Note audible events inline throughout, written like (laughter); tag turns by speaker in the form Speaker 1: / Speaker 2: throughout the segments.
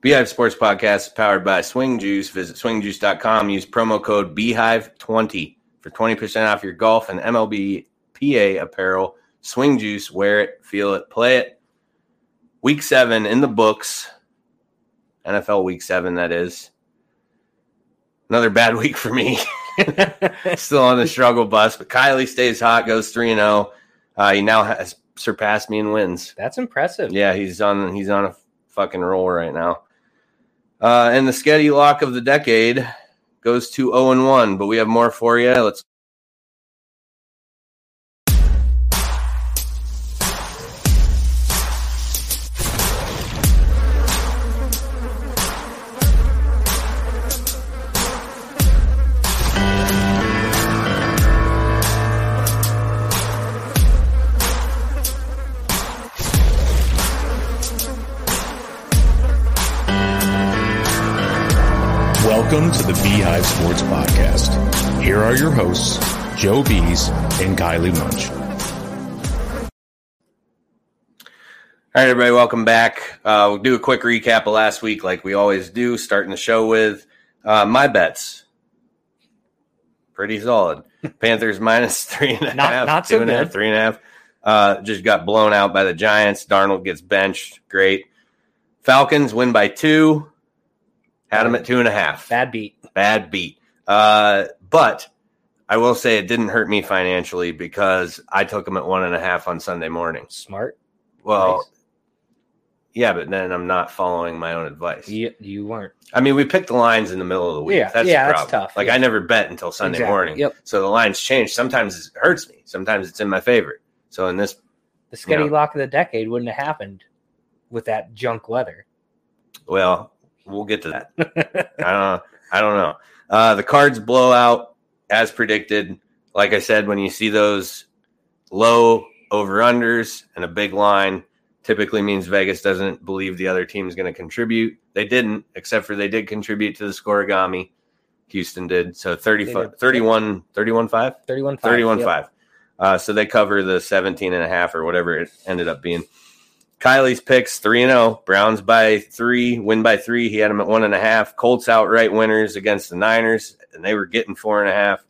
Speaker 1: Beehive Sports Podcast powered by Swing Juice. Visit swingjuice.com. Use promo code Beehive20 for 20% off your golf and MLB PA apparel. Swing Juice, wear it, feel it, play it. Week seven in the books. NFL week seven, that is. Another bad (laughs) week for me. Still on the struggle bus, but Kylie stays hot, goes 3 0. Uh, he now has surpassed me in wins.
Speaker 2: That's impressive.
Speaker 1: Yeah, he's on he's on a fucking roll right now. Uh, and the Sketty lock of the decade goes to 0 and 1, but we have more for you. Let's
Speaker 3: Welcome to the Beehive Sports Podcast. Here are your hosts, Joe Bees and Kylie Munch.
Speaker 1: All right, everybody, welcome back. Uh, we'll do a quick recap of last week, like we always do, starting the show with uh, my bets. Pretty
Speaker 2: (laughs)
Speaker 1: solid. Panthers minus three and a half,
Speaker 2: Not- not so
Speaker 1: two and a half,
Speaker 2: good.
Speaker 1: three and a half. Uh, just got blown out by the Giants. Darnold gets benched. Great. Falcons win by two. Had them at two and a half.
Speaker 2: Bad beat.
Speaker 1: Bad beat. Uh, but I will say it didn't hurt me financially because I took them at one and a half on Sunday morning.
Speaker 2: Smart.
Speaker 1: Well,
Speaker 2: Nice.
Speaker 1: yeah, but then I'm not following my own advice.
Speaker 2: You, you weren't.
Speaker 1: I mean, we picked the lines in the middle of the week.
Speaker 2: Yeah,
Speaker 1: that's
Speaker 2: yeah,
Speaker 1: the
Speaker 2: that's
Speaker 1: problem.
Speaker 2: tough.
Speaker 1: Like
Speaker 2: Yeah.
Speaker 1: I never bet until Sunday
Speaker 2: Exactly.
Speaker 1: morning.
Speaker 2: Yep.
Speaker 1: So the lines change. Sometimes it hurts me. Sometimes it's in my favor. So in this,
Speaker 2: The Sketty
Speaker 1: Yeah.
Speaker 2: lock of the decade wouldn't have happened with that
Speaker 1: (laughs)
Speaker 2: junk weather.
Speaker 1: well, we'll get to that. I don't. I don't know. Uh, the cards blow out as predicted. Like I said, when you see those low over unders and a big line, typically means Vegas doesn't believe the other team's going to contribute. They didn't, except for they did contribute to the scoregami. Houston did. So 30,
Speaker 2: They did.
Speaker 1: 31, 31 5?
Speaker 2: 31 5.
Speaker 1: 31 5. Uh, so they cover the 17 and a half or whatever it ended up being. Kylie's picks 3 and 0. Browns by three, win by three. He had them at one and a half. Colts outright winners against the Niners, and they were getting four and a half.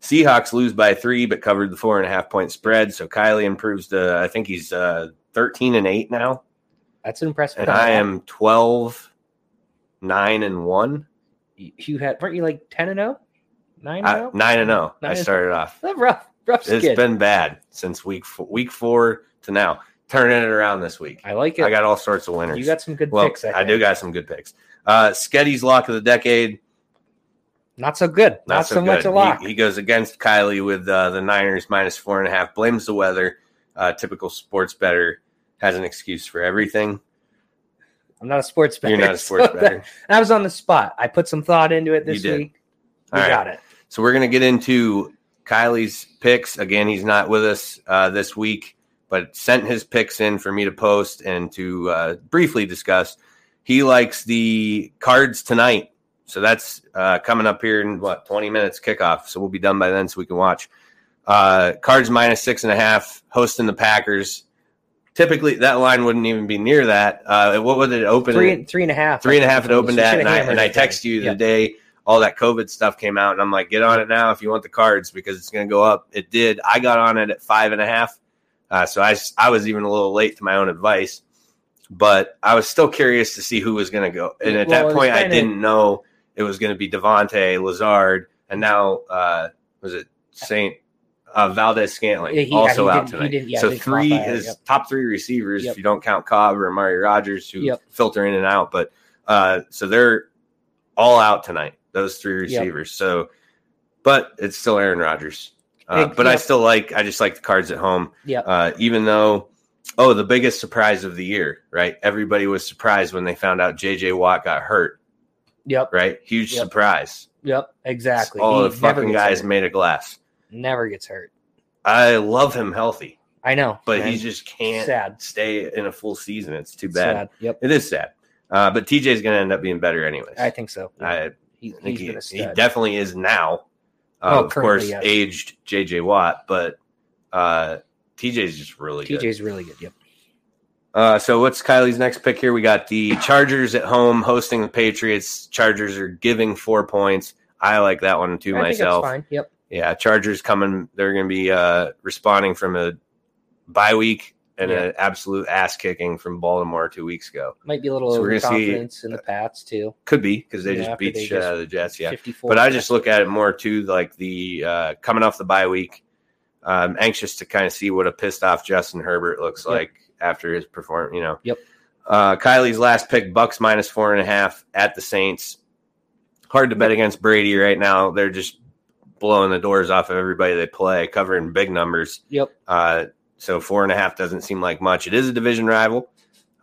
Speaker 1: Seahawks lose by three, but covered the four and a half point spread. So Kylie improves to, I think he's uh, 13 and 8 now.
Speaker 2: That's an impressive.
Speaker 1: And
Speaker 2: comeback.
Speaker 1: I am 12, 9 and 1.
Speaker 2: You you had, weren't you like 10 and 0? 9 and
Speaker 1: I,
Speaker 2: 0?
Speaker 1: 9 Uh, and 0. I
Speaker 2: Nine-
Speaker 1: started off.
Speaker 2: That's rough, rough
Speaker 1: It's
Speaker 2: skid.
Speaker 1: been bad since week four, week four to now. Turning it around this week.
Speaker 2: I like it.
Speaker 1: I got all sorts of winners.
Speaker 2: you got some good
Speaker 1: well,
Speaker 2: picks.
Speaker 1: I,
Speaker 2: I,
Speaker 1: do
Speaker 2: think.
Speaker 1: got some good picks. Uh, Sketty's lock of the decade,
Speaker 2: Not so good. Not,
Speaker 1: not,
Speaker 2: so,
Speaker 1: so,
Speaker 2: much
Speaker 1: good.
Speaker 2: a lock.
Speaker 1: He, he goes against Kylie with uh, the Niners minus four and a half. Blames the weather. Uh, typical sports better has an excuse for everything.
Speaker 2: I'm not a sports better.
Speaker 1: You're not a
Speaker 2: so (laughs)
Speaker 1: sports
Speaker 2: that-
Speaker 1: better.
Speaker 2: I was on the spot. I put some thought into it this
Speaker 1: You did.
Speaker 2: week. We
Speaker 1: All right.
Speaker 2: got it.
Speaker 1: So we're going to get into Kylie's picks. Again, he's not with us uh, this week, but sent his picks in for me to post and to uh, briefly discuss. He likes the cards tonight. So that's uh, coming up here in what, 20 minutes kickoff. So we'll be done by then so we can watch. Uh, cards minus six and a half, hosting the Packers. Typically, that line wouldn't even be near that. Uh, what would it open?
Speaker 2: Three
Speaker 1: at?
Speaker 2: and three and a half.
Speaker 1: three and a half it
Speaker 2: So
Speaker 1: opened
Speaker 2: you
Speaker 1: at
Speaker 2: should've
Speaker 1: and I,
Speaker 2: hammered
Speaker 1: and I
Speaker 2: it then.
Speaker 1: text you the
Speaker 2: Yeah.
Speaker 1: day all that covid stuff came out and i'm like get on it now if you want the cards because it's going to go up it did i got on it at five and a half uh, so I, s- I was even a little late to my own advice but i was still curious to see who was going to go and at
Speaker 2: Well,
Speaker 1: that
Speaker 2: it's
Speaker 1: point i
Speaker 2: kinda-
Speaker 1: didn't know it was going to be devonte lazard and now uh, was it saint uh, Valdez Scantling
Speaker 2: He- he-
Speaker 1: also
Speaker 2: he
Speaker 1: out
Speaker 2: didn't- he
Speaker 1: tonight.
Speaker 2: didn't- yeah,
Speaker 1: so
Speaker 2: didn't come off
Speaker 1: three
Speaker 2: by that,
Speaker 1: his
Speaker 2: yep.
Speaker 1: top three receivers,
Speaker 2: Yep.
Speaker 1: if you don't count Cobb or Amari Rogers, who
Speaker 2: Yep.
Speaker 1: filter in and out. But uh, so they're all out tonight. Those three
Speaker 2: Yep.
Speaker 1: receivers. So, but it's still Aaron Rodgers. Uh,
Speaker 2: Hey,
Speaker 1: but I
Speaker 2: yep.
Speaker 1: still like. I just like the cards at home.
Speaker 2: Yep.
Speaker 1: Uh, even though, oh, the biggest surprise of the year, right? Everybody was surprised when they found out J.J. Watt got hurt.
Speaker 2: Yep.
Speaker 1: Right? Huge
Speaker 2: Yep.
Speaker 1: surprise.
Speaker 2: Yep. Exactly.
Speaker 1: All
Speaker 2: He
Speaker 1: the
Speaker 2: never
Speaker 1: fucking
Speaker 2: gets
Speaker 1: guys
Speaker 2: hurt.
Speaker 1: made of glass.
Speaker 2: never gets hurt.
Speaker 1: I love him healthy,
Speaker 2: I know.
Speaker 1: but
Speaker 2: man.
Speaker 1: he just can't
Speaker 2: Sad.
Speaker 1: stay in a full season. It's too
Speaker 2: It's
Speaker 1: bad.
Speaker 2: sad. Yep.
Speaker 1: It is sad. Uh, but TJ's going to end up being better anyways.
Speaker 2: I think so.
Speaker 1: I
Speaker 2: he,
Speaker 1: think
Speaker 2: he's
Speaker 1: he,
Speaker 2: been a
Speaker 1: he
Speaker 2: stud.
Speaker 1: definitely is now. Uh,
Speaker 2: Oh,
Speaker 1: of
Speaker 2: currently,
Speaker 1: course,
Speaker 2: yes.
Speaker 1: aged JJ Watt, but uh, TJ's just really good.
Speaker 2: TJ's really good. Yep.
Speaker 1: Uh, so what's Kylie's next pick here? We got the Chargers at home hosting the Patriots. Chargers are giving four points. I like that one too
Speaker 2: I think that's
Speaker 1: myself.
Speaker 2: fine. Yep.
Speaker 1: Yeah, Chargers coming. They're going to be uh, responding from a bye week and an absolute ass kicking from Baltimore two weeks ago.
Speaker 2: Might be a little
Speaker 1: So we're gonna see-
Speaker 2: overconfidence in the Pats too.
Speaker 1: Could be because they
Speaker 2: Yeah,
Speaker 1: just
Speaker 2: after
Speaker 1: beat the
Speaker 2: they
Speaker 1: shit
Speaker 2: just-
Speaker 1: out of the Jets. Yeah,
Speaker 2: 54.
Speaker 1: but I just look at it more too, like the uh, coming off the bye week. I'm anxious to kind of see what a pissed off Justin Herbert looks
Speaker 2: Yep.
Speaker 1: like after his perform. You know.
Speaker 2: Yep.
Speaker 1: Uh, Kylie's last pick: Bucks minus four and a half at the Saints. Hard to bet against Brady right now. They're just blowing the doors off of everybody they play, covering big numbers.
Speaker 2: Yep.
Speaker 1: Uh, so four and a half doesn't seem like much. It is a division rival.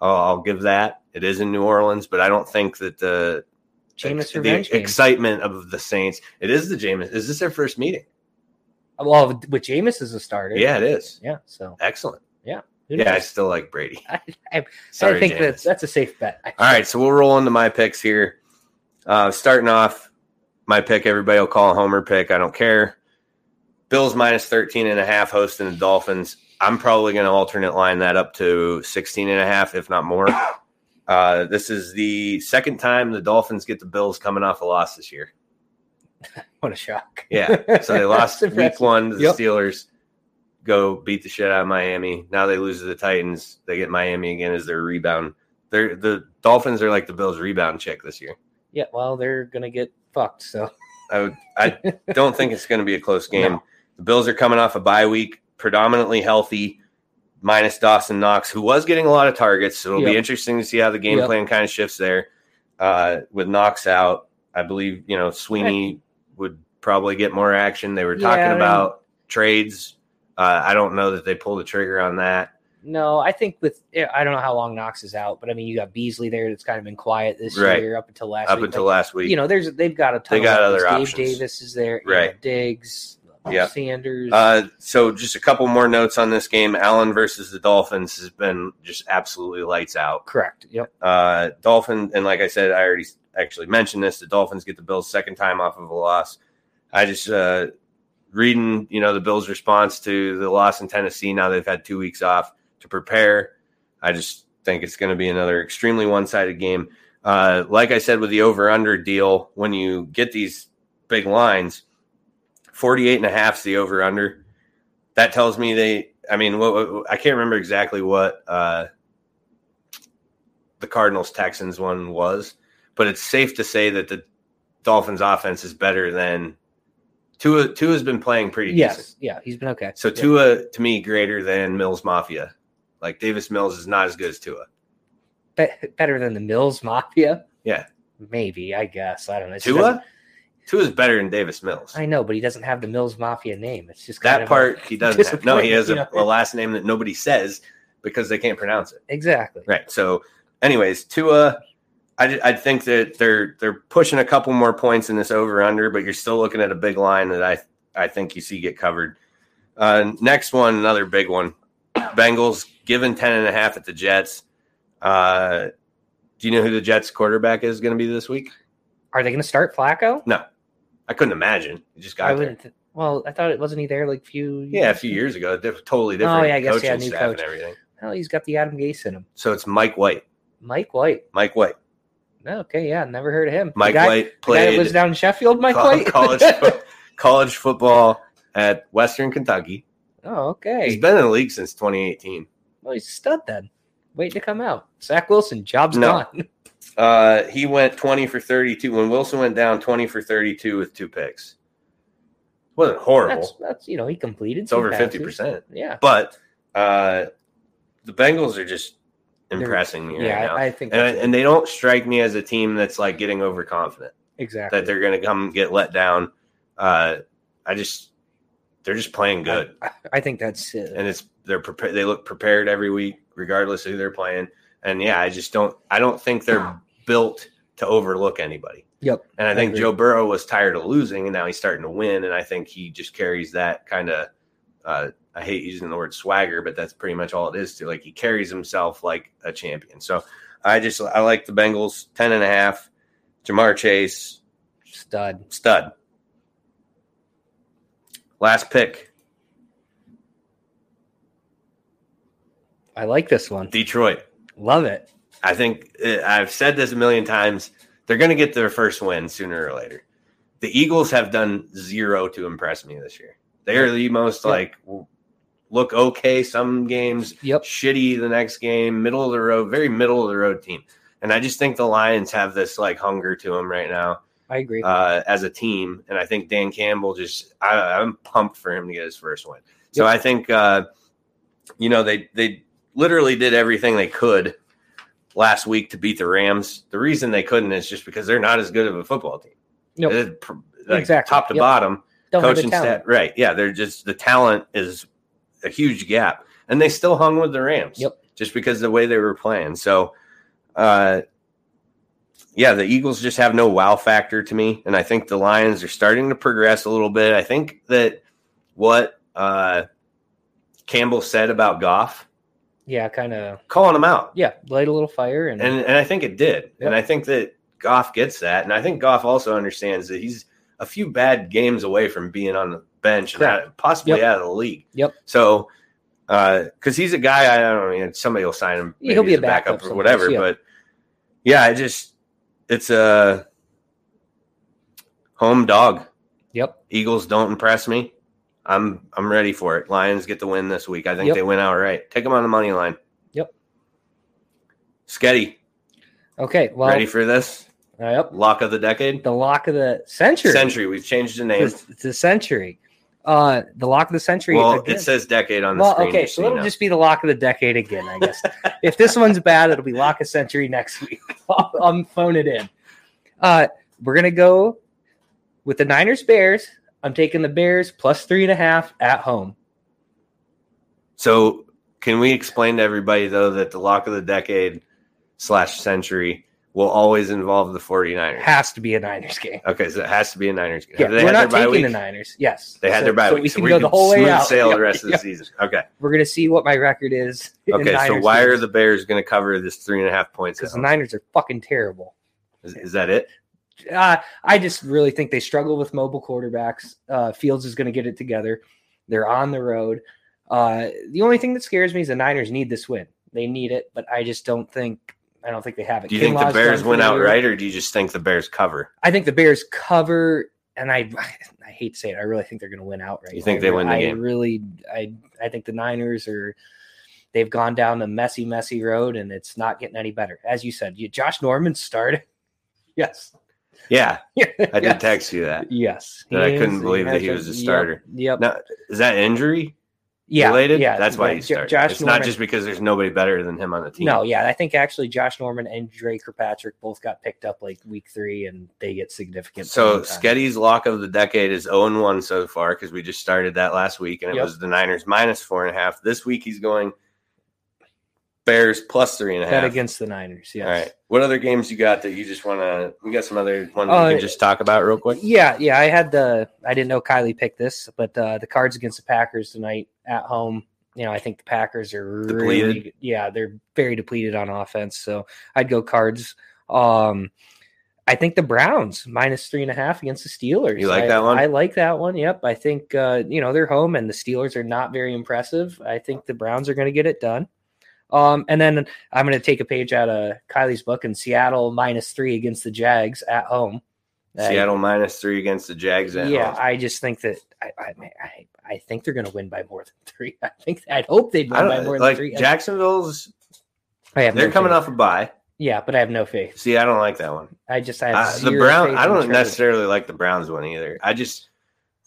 Speaker 1: I'll, I'll give that. It is in New Orleans, but I don't think that the
Speaker 2: Jameis
Speaker 1: the
Speaker 2: revenge game.
Speaker 1: excitement of the Saints. It is the Jameis. Is this their first meeting?
Speaker 2: well, with Jameis as a starter.
Speaker 1: Yeah, it is.
Speaker 2: Yeah. So
Speaker 1: Excellent.
Speaker 2: who
Speaker 1: Yeah, I
Speaker 2: knows?
Speaker 1: still like Brady.
Speaker 2: (laughs) I, I,
Speaker 1: Sorry,
Speaker 2: I think
Speaker 1: Jameis.
Speaker 2: that's that's a safe bet. (laughs) I-
Speaker 1: All right, so we'll roll into my picks here. Uh, starting off, my pick, everybody will call a homer pick. I don't care. Bills minus 13 and a half hosting the Dolphins. I'm probably going to alternate line that up to 16 and a half, if not
Speaker 2: (coughs)
Speaker 1: more. Uh, this is the second time the Dolphins get the Bills coming off a loss this year.
Speaker 2: What a shock.
Speaker 1: Yeah. So they lost
Speaker 2: (laughs) That's
Speaker 1: week
Speaker 2: impressive.
Speaker 1: one to the
Speaker 2: Yep.
Speaker 1: Steelers. Go beat the shit out of Miami. Now they lose to the Titans. They get Miami again as their rebound. They're the Dolphins are like the Bills rebound check this year.
Speaker 2: Yeah. Well, they're gonna get fucked. So
Speaker 1: I would, I don't think it's going to be a close game. The Bills are coming off a bye week, predominantly healthy, minus Dawson Knox, who was getting a lot of targets. So it'll
Speaker 2: Yep.
Speaker 1: be interesting to see how the game
Speaker 2: Yep.
Speaker 1: plan kind of shifts there. Uh, with Knox out, I believe you know Sweeney would probably get more action. They were
Speaker 2: Yeah,
Speaker 1: talking
Speaker 2: I mean-
Speaker 1: about trades. Uh, I don't know that they pulled the trigger on that.
Speaker 2: no, I think with yeah, I don't know how long Knox is out, but I mean you got Beasley there that's kind of been quiet this
Speaker 1: Right.
Speaker 2: year up until last
Speaker 1: Up
Speaker 2: week.
Speaker 1: until
Speaker 2: Like,
Speaker 1: last week,
Speaker 2: you know, there's they've got a
Speaker 1: They
Speaker 2: ton of
Speaker 1: got
Speaker 2: weapons.
Speaker 1: other
Speaker 2: Dave
Speaker 1: options.
Speaker 2: Davis is there, you know,
Speaker 1: Right.
Speaker 2: Diggs,
Speaker 1: Yeah.
Speaker 2: Sanders.
Speaker 1: Uh, so just a couple more notes on this game. Allen versus the Dolphins has been just absolutely lights out.
Speaker 2: correct. Yep.
Speaker 1: Uh, Dolphin, and like I said, I already actually mentioned this. The Dolphins get the Bills second time off of a loss. I just uh, reading, you know, the Bills' response to the loss in Tennessee. Now they've had two weeks off to prepare. I just think it's going to be another extremely one-sided game. Uh, like I said with the over/under deal, when you get these big lines, 48 and a half is the over/under. That tells me they. I mean, what, what- I can't remember exactly what. Uh, the Cardinals Texans one was, but it's safe to say that the Dolphins offense is better than Tua. Tua's been playing pretty decent.
Speaker 2: Yes. Yeah. He's been okay.
Speaker 1: So
Speaker 2: Yep.
Speaker 1: Tua to me greater than Mills Mafia. Like Davis Mills is not as good as Tua.
Speaker 2: Be- better than the Mills Mafia.
Speaker 1: Yeah.
Speaker 2: Maybe I guess I don't know. It's-
Speaker 1: Tua? Tua's better than Davis Mills.
Speaker 2: I know, but he doesn't have the Mills Mafia name. It's (laughs) just kind
Speaker 1: That
Speaker 2: of a-
Speaker 1: part he doesn't have. No, he has a,
Speaker 2: disappointing, you
Speaker 1: a
Speaker 2: know.
Speaker 1: last name that nobody says because they can't pronounce it.
Speaker 2: exactly.
Speaker 1: Right. So, anyways, Tua, I, ju- I think that they're they're pushing a couple more points in this over under, but you're still looking at a big line that I I think you see get covered. Uh, next one, another big one. Bengals given ten and a half at the Jets. Uh, do you know who the Jets quarterback is going to be this week?
Speaker 2: Are they going to start Flacco?
Speaker 1: I couldn't imagine. He just
Speaker 2: I
Speaker 1: got there.
Speaker 2: wouldn't. Th- well, I thought it wasn't he there like few.
Speaker 1: Yeah, a few years ago, diff- totally different.
Speaker 2: Oh, yeah, I guess,
Speaker 1: coaching
Speaker 2: yeah, new
Speaker 1: staff and
Speaker 2: coach.
Speaker 1: everything.
Speaker 2: Well, he's got the Adam Gase in him.
Speaker 1: So it's Mike White.
Speaker 2: Mike White.
Speaker 1: Mike White.
Speaker 2: No, okay, yeah, never heard of him.
Speaker 1: Mike
Speaker 2: the guy,
Speaker 1: White
Speaker 2: the guy
Speaker 1: played.
Speaker 2: that lives down in Sheffield. Mike
Speaker 1: Col-
Speaker 2: White. (laughs)
Speaker 1: college fo- college football at Western Kentucky.
Speaker 2: oh,
Speaker 1: He's
Speaker 2: okay.
Speaker 1: been in the league since 2018.
Speaker 2: Well, he's a stud then. Waiting to come out. Zach Wilson, job's (laughs)
Speaker 1: No.
Speaker 2: gone.
Speaker 1: Uh, he went 20 for 32 when Wilson went down 20 for 32 with two picks. Wasn't horrible.
Speaker 2: That's, that's you know he completed.
Speaker 1: it's
Speaker 2: some
Speaker 1: over
Speaker 2: passes.
Speaker 1: 50%.
Speaker 2: Yeah,
Speaker 1: But uh, the Bengals are just impressing me right
Speaker 2: yeah,
Speaker 1: now.
Speaker 2: I, I think
Speaker 1: and,
Speaker 2: that's
Speaker 1: and they don't strike me as a team that's like getting overconfident
Speaker 2: exactly
Speaker 1: that they're going to come get let down. Uh, I just they're just playing good.
Speaker 2: I, I think that's uh,
Speaker 1: and it's they're prepared. They look prepared every week, regardless of who they're playing. And yeah, I just don't. I don't think they're built to overlook anybody.
Speaker 2: Yep.
Speaker 1: And I think
Speaker 2: agree.
Speaker 1: Joe Burrow was tired of losing, and now he's starting to win. And I think he just carries that kind of. Uh, I hate using the word swagger, but that's pretty much all it is. To like he carries himself like a champion. So I just I like the Bengals ten and a half. Jamar Chase
Speaker 2: stud.
Speaker 1: stud. Last pick.
Speaker 2: I like this one.
Speaker 1: Detroit.
Speaker 2: Love it.
Speaker 1: I think uh, I've said this a million times. They're going to get their first win sooner or later. The Eagles have done zero to impress me this year. They are the most
Speaker 2: Yep.
Speaker 1: like w- look okay some games,
Speaker 2: Yep.
Speaker 1: shitty the next game, middle of the road, very middle of the road team. And I just think the Lions have this like hunger to them right now
Speaker 2: I agree.
Speaker 1: uh, as a team. And I think Dan Campbell just, I, I'm pumped for him to get his first win. So
Speaker 2: Yep.
Speaker 1: I think, uh, you know, they, they literally did everything they could last week to beat the Rams. The reason they couldn't is just because they're not as good of a football team.
Speaker 2: Nope.
Speaker 1: They're pr- Like,
Speaker 2: Exactly.
Speaker 1: Top to
Speaker 2: Yep.
Speaker 1: bottom,
Speaker 2: Don't have the
Speaker 1: coaching
Speaker 2: talent.
Speaker 1: stat, right? Yeah, they're just the talent is a huge gap, and they still hung with the Rams.
Speaker 2: Yep.
Speaker 1: just because of the way they were playing. So, uh, yeah, the Eagles just have no wow factor to me, and I think the Lions are starting to progress a little bit. I think that what uh, Campbell said about Goff,
Speaker 2: Yeah, kind of.
Speaker 1: calling him out,
Speaker 2: Yeah, light a little fire and,
Speaker 1: and and I think it did, and I think that Goff gets that, and I think Goff also understands that he's a few bad games away from being on the bench and
Speaker 2: Correct.
Speaker 1: out, possibly
Speaker 2: Yep.
Speaker 1: out of the league.
Speaker 2: Yep.
Speaker 1: So, because he's a guy, I don't know, somebody will sign him.
Speaker 2: Yeah, he'll
Speaker 1: maybe
Speaker 2: be
Speaker 1: as
Speaker 2: a backup
Speaker 1: or
Speaker 2: someplace,
Speaker 1: whatever.
Speaker 2: yeah.
Speaker 1: But yeah, I just it's a home dog.
Speaker 2: yep.
Speaker 1: Eagles don't impress me. I'm I'm ready for it. Lions get the win this week. I think
Speaker 2: Yep.
Speaker 1: they win outright. Take them on the money line.
Speaker 2: Yep.
Speaker 1: Sketty,
Speaker 2: Okay. Well,
Speaker 1: ready for this?
Speaker 2: yep.
Speaker 1: Lock of the decade?
Speaker 2: The lock of the century.
Speaker 1: Century. We've changed the name.
Speaker 2: It's, it's the century. Uh, the lock of the century.
Speaker 1: Well,
Speaker 2: again.
Speaker 1: it says decade on the
Speaker 2: well,
Speaker 1: screen.
Speaker 2: okay,
Speaker 1: just so
Speaker 2: so
Speaker 1: you
Speaker 2: it'll
Speaker 1: know.
Speaker 2: just be the lock of the decade again, I guess. if this one's bad, it'll be lock of century next week. (laughs) I'll, I'll phone it in. Uh, we're gonna go with the Niners Bears. I'm taking the Bears plus three and a half at home.
Speaker 1: So can we explain to everybody though that the lock of the decade slash century will always involve the 49ers?
Speaker 2: Has to be a Niners game.
Speaker 1: okay, so it has to be a Niners game.
Speaker 2: Yeah,
Speaker 1: Have they had
Speaker 2: we're not
Speaker 1: their bye
Speaker 2: taking
Speaker 1: week?
Speaker 2: the Niners. Yes,
Speaker 1: They had
Speaker 2: So-
Speaker 1: their bye
Speaker 2: so
Speaker 1: week.
Speaker 2: we
Speaker 1: so
Speaker 2: can go the whole way
Speaker 1: smooth
Speaker 2: out.
Speaker 1: sail
Speaker 2: Yeah,
Speaker 1: the rest of the
Speaker 2: (laughs) yeah.
Speaker 1: season. Okay.
Speaker 2: We're gonna see what my record is. in
Speaker 1: Okay. So
Speaker 2: Niners
Speaker 1: why are
Speaker 2: games,
Speaker 1: the Bears going to cover this three and a half points? at
Speaker 2: because the
Speaker 1: home?
Speaker 2: Niners are fucking terrible.
Speaker 1: Is, is that it?
Speaker 2: uh, I just really think they struggle with mobile quarterbacks. Uh, Fields is going to get it together. They're on the road. Uh, the only thing that scares me is the Niners need this win. They need it, but I just don't think I don't think they have it.
Speaker 1: Do you think the
Speaker 2: Kinlaw's
Speaker 1: Bears
Speaker 2: done
Speaker 1: win
Speaker 2: for the year.
Speaker 1: outright, or do you just think the Bears cover?
Speaker 2: I think the Bears cover, and I (laughs) I hate to say it, I really think they're going to win outright.
Speaker 1: You think
Speaker 2: I,
Speaker 1: they win the
Speaker 2: I
Speaker 1: game?
Speaker 2: really, I I think the Niners are. They've gone down a messy, messy road, and it's not getting any better. As you said, you, Josh Norman started. (laughs) Yes,
Speaker 1: Yeah,
Speaker 2: I
Speaker 1: I did text you that.
Speaker 2: Yes,
Speaker 1: That I
Speaker 2: He
Speaker 1: couldn't
Speaker 2: is-
Speaker 1: believe that
Speaker 2: has
Speaker 1: he was a
Speaker 2: yep,
Speaker 1: starter.
Speaker 2: Yep.
Speaker 1: No, is that injury
Speaker 2: yeah.
Speaker 1: related?
Speaker 2: Yeah.
Speaker 1: that's why
Speaker 2: yeah,
Speaker 1: he
Speaker 2: Jo-
Speaker 1: started.
Speaker 2: Josh
Speaker 1: it's
Speaker 2: Norman.
Speaker 1: not just because there's nobody better than him on the team.
Speaker 2: No, yeah, I think actually Josh Norman and Dre Kirkpatrick both got picked up like week three, and they get significant.
Speaker 1: So
Speaker 2: playing time.
Speaker 1: Sketty's lock of the decade is 0 and 1 so far because we just started that last week and it
Speaker 2: Yep.
Speaker 1: was the Niners minus four and a half. This week he's going Bears plus three and a
Speaker 2: bet
Speaker 1: half.
Speaker 2: against the Niners. Yes.
Speaker 1: All right. What other games you got that you just want to? We got some other ones
Speaker 2: Uh,
Speaker 1: we can just talk about real quick.
Speaker 2: Yeah, yeah. I had the I didn't know Kylie picked this, but uh, the Cards against the Packers tonight at home. You know, I think the Packers are
Speaker 1: Depleted.
Speaker 2: really yeah, they're very depleted on offense. So I'd go Cards. Um, I think the Browns minus three and a half against the Steelers.
Speaker 1: You like
Speaker 2: I-
Speaker 1: that one?
Speaker 2: I like that one. Yep. I think uh, you know they're home and the Steelers are not very impressive. I think the Browns are going to get it done. Um, and then I'm going to take a page out of Kylie's book in Seattle minus three against the Jags at home. I-
Speaker 1: Seattle minus three against the Jags. At
Speaker 2: yeah,
Speaker 1: home.
Speaker 2: I just think that I I, mean, I, I think they're going to win by more than (laughs) three. I think I'd hope they'd
Speaker 1: I
Speaker 2: win by
Speaker 1: don't
Speaker 2: more than
Speaker 1: like
Speaker 2: three. I-
Speaker 1: Jacksonville's.
Speaker 2: I have
Speaker 1: They're
Speaker 2: no
Speaker 1: coming
Speaker 2: faith.
Speaker 1: off a bye.
Speaker 2: Yeah, but I have no faith.
Speaker 1: See, I don't like that one.
Speaker 2: I just I have
Speaker 1: Uh, the
Speaker 2: zero
Speaker 1: Brown.
Speaker 2: faith
Speaker 1: I
Speaker 2: in
Speaker 1: don't
Speaker 2: Trevor.
Speaker 1: necessarily like the Browns one either. I just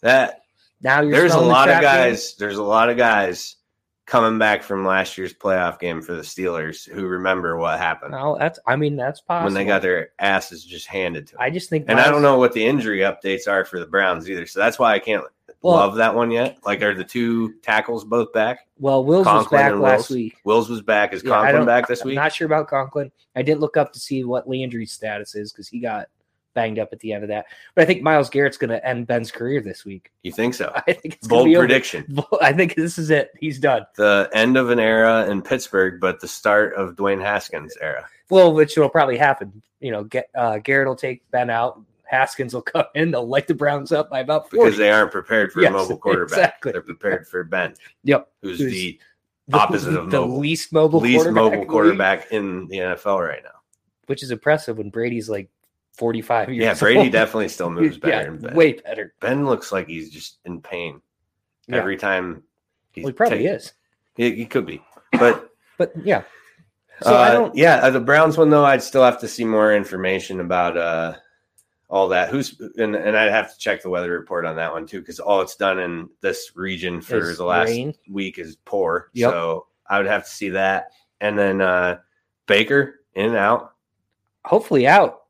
Speaker 1: that
Speaker 2: Now you're
Speaker 1: there's a
Speaker 2: smelling the
Speaker 1: lot of
Speaker 2: crap game?
Speaker 1: guys. There's a lot of guys coming back from last year's playoff game for the Steelers who remember what happened
Speaker 2: No, that's I mean that's possible.
Speaker 1: when they got their asses just handed to them.
Speaker 2: I just think,
Speaker 1: and I
Speaker 2: Miles-
Speaker 1: don't know what the injury updates are for the Browns either. So that's why I can't
Speaker 2: Well-
Speaker 1: love that one yet. Like, are the two tackles both back?
Speaker 2: Well, Wills was
Speaker 1: Conklin
Speaker 2: back
Speaker 1: and Wills.
Speaker 2: last week.
Speaker 1: Wills was back. Is
Speaker 2: Yeah, I
Speaker 1: Conklin
Speaker 2: don't-
Speaker 1: back this
Speaker 2: I'm
Speaker 1: week?
Speaker 2: not sure about Conklin. I didn't look up to see what Landry's status is because he got banged up at the end of that. But I think Miles Garrett's going to end Ben's career this week. (laughs)
Speaker 1: you think so?
Speaker 2: I think it's
Speaker 1: Bold
Speaker 2: going to be (laughs) over.
Speaker 1: prediction:
Speaker 2: I think this is it. He's done.
Speaker 1: the end of an era in Pittsburgh, but the start of Dwayne Haskins' era.
Speaker 2: Well, which will probably happen. You know, get, uh, Garrett will take Ben out. Haskins will come in. They'll light the Browns up by about
Speaker 1: because
Speaker 2: 40.
Speaker 1: they aren't prepared for
Speaker 2: Yes,
Speaker 1: a mobile quarterback.
Speaker 2: exactly.
Speaker 1: They're prepared for Ben,
Speaker 2: yep.
Speaker 1: who's,
Speaker 2: Who's-
Speaker 1: the opposite of
Speaker 2: the
Speaker 1: mobile.
Speaker 2: least mobile
Speaker 1: least
Speaker 2: quarterback in the
Speaker 1: mobile
Speaker 2: league,
Speaker 1: quarterback in the NFL right now.
Speaker 2: which is impressive when Brady's like 45 years
Speaker 1: Yeah, Brady
Speaker 2: old. (laughs)
Speaker 1: definitely still moves better.
Speaker 2: yeah,
Speaker 1: and better.
Speaker 2: way better.
Speaker 1: Ben looks like he's just in pain
Speaker 2: Yeah.
Speaker 1: every time.
Speaker 2: Well, he probably
Speaker 1: take-
Speaker 2: is.
Speaker 1: He, he could be, but
Speaker 2: But yeah. (coughs) So I
Speaker 1: Uh,
Speaker 2: don't
Speaker 1: Yeah, uh, the Browns one though, I'd still have to see more information about uh, all that. Who's and, and I'd have to check the weather report on that one too, because all it's done in this region for
Speaker 2: Is
Speaker 1: the last
Speaker 2: rain.
Speaker 1: week is poor.
Speaker 2: Yep.
Speaker 1: So I would have to see that, and then uh, Baker in and out. (laughs)
Speaker 2: hopefully out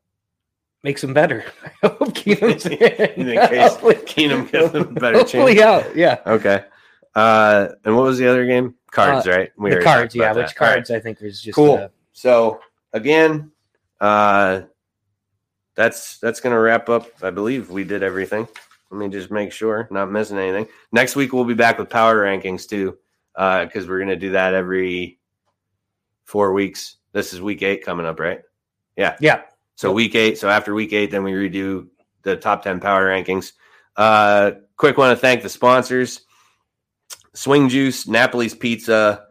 Speaker 2: makes him better. (laughs) I
Speaker 1: (laughs)
Speaker 2: hope Keenum's
Speaker 1: In
Speaker 2: (laughs) in.
Speaker 1: case
Speaker 2: Hopefully-
Speaker 1: Keenum
Speaker 2: (laughs)
Speaker 1: gives him a better
Speaker 2: hopefully out. Oh, Yeah.
Speaker 1: Okay. Uh, and what was the other game? Cards, right? We
Speaker 2: Uh,
Speaker 1: already talked
Speaker 2: the cards, yeah,
Speaker 1: about
Speaker 2: which
Speaker 1: that. All right.
Speaker 2: cards I think was just
Speaker 1: Cool.
Speaker 2: uh,
Speaker 1: So again, uh, that's that's gonna wrap up. I believe we did everything. Let me just make sure, not missing anything. Next week we'll be back with power rankings too, because we're gonna do that every four weeks. This is week eight coming up, right? (laughs)
Speaker 2: yeah.
Speaker 1: So week eight. So after week eight, then we redo the top ten power rankings. Uh, quick want to thank the sponsors: Swing Juice, Napoli's Pizza,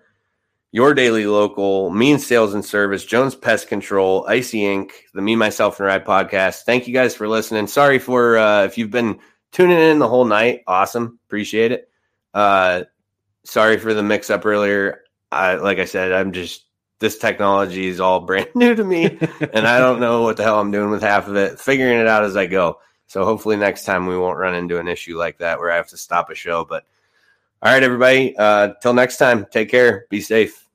Speaker 1: Your Daily Local, Mean Sales and Service, Jones Pest Control, Icy Inc., the Me Myself and I podcast. Thank you guys for listening. Sorry for uh, if you've been tuning in the whole night. Awesome, appreciate it. Uh, sorry for the mix up earlier. I like I said, I'm just this technology is all (laughs) brand new to me and I don't know what the hell I'm doing with half of it, figuring it out as I go. So hopefully next time we won't run into an issue like that where I have to stop a show. But all right, everybody, uh, till next time, take care, be safe.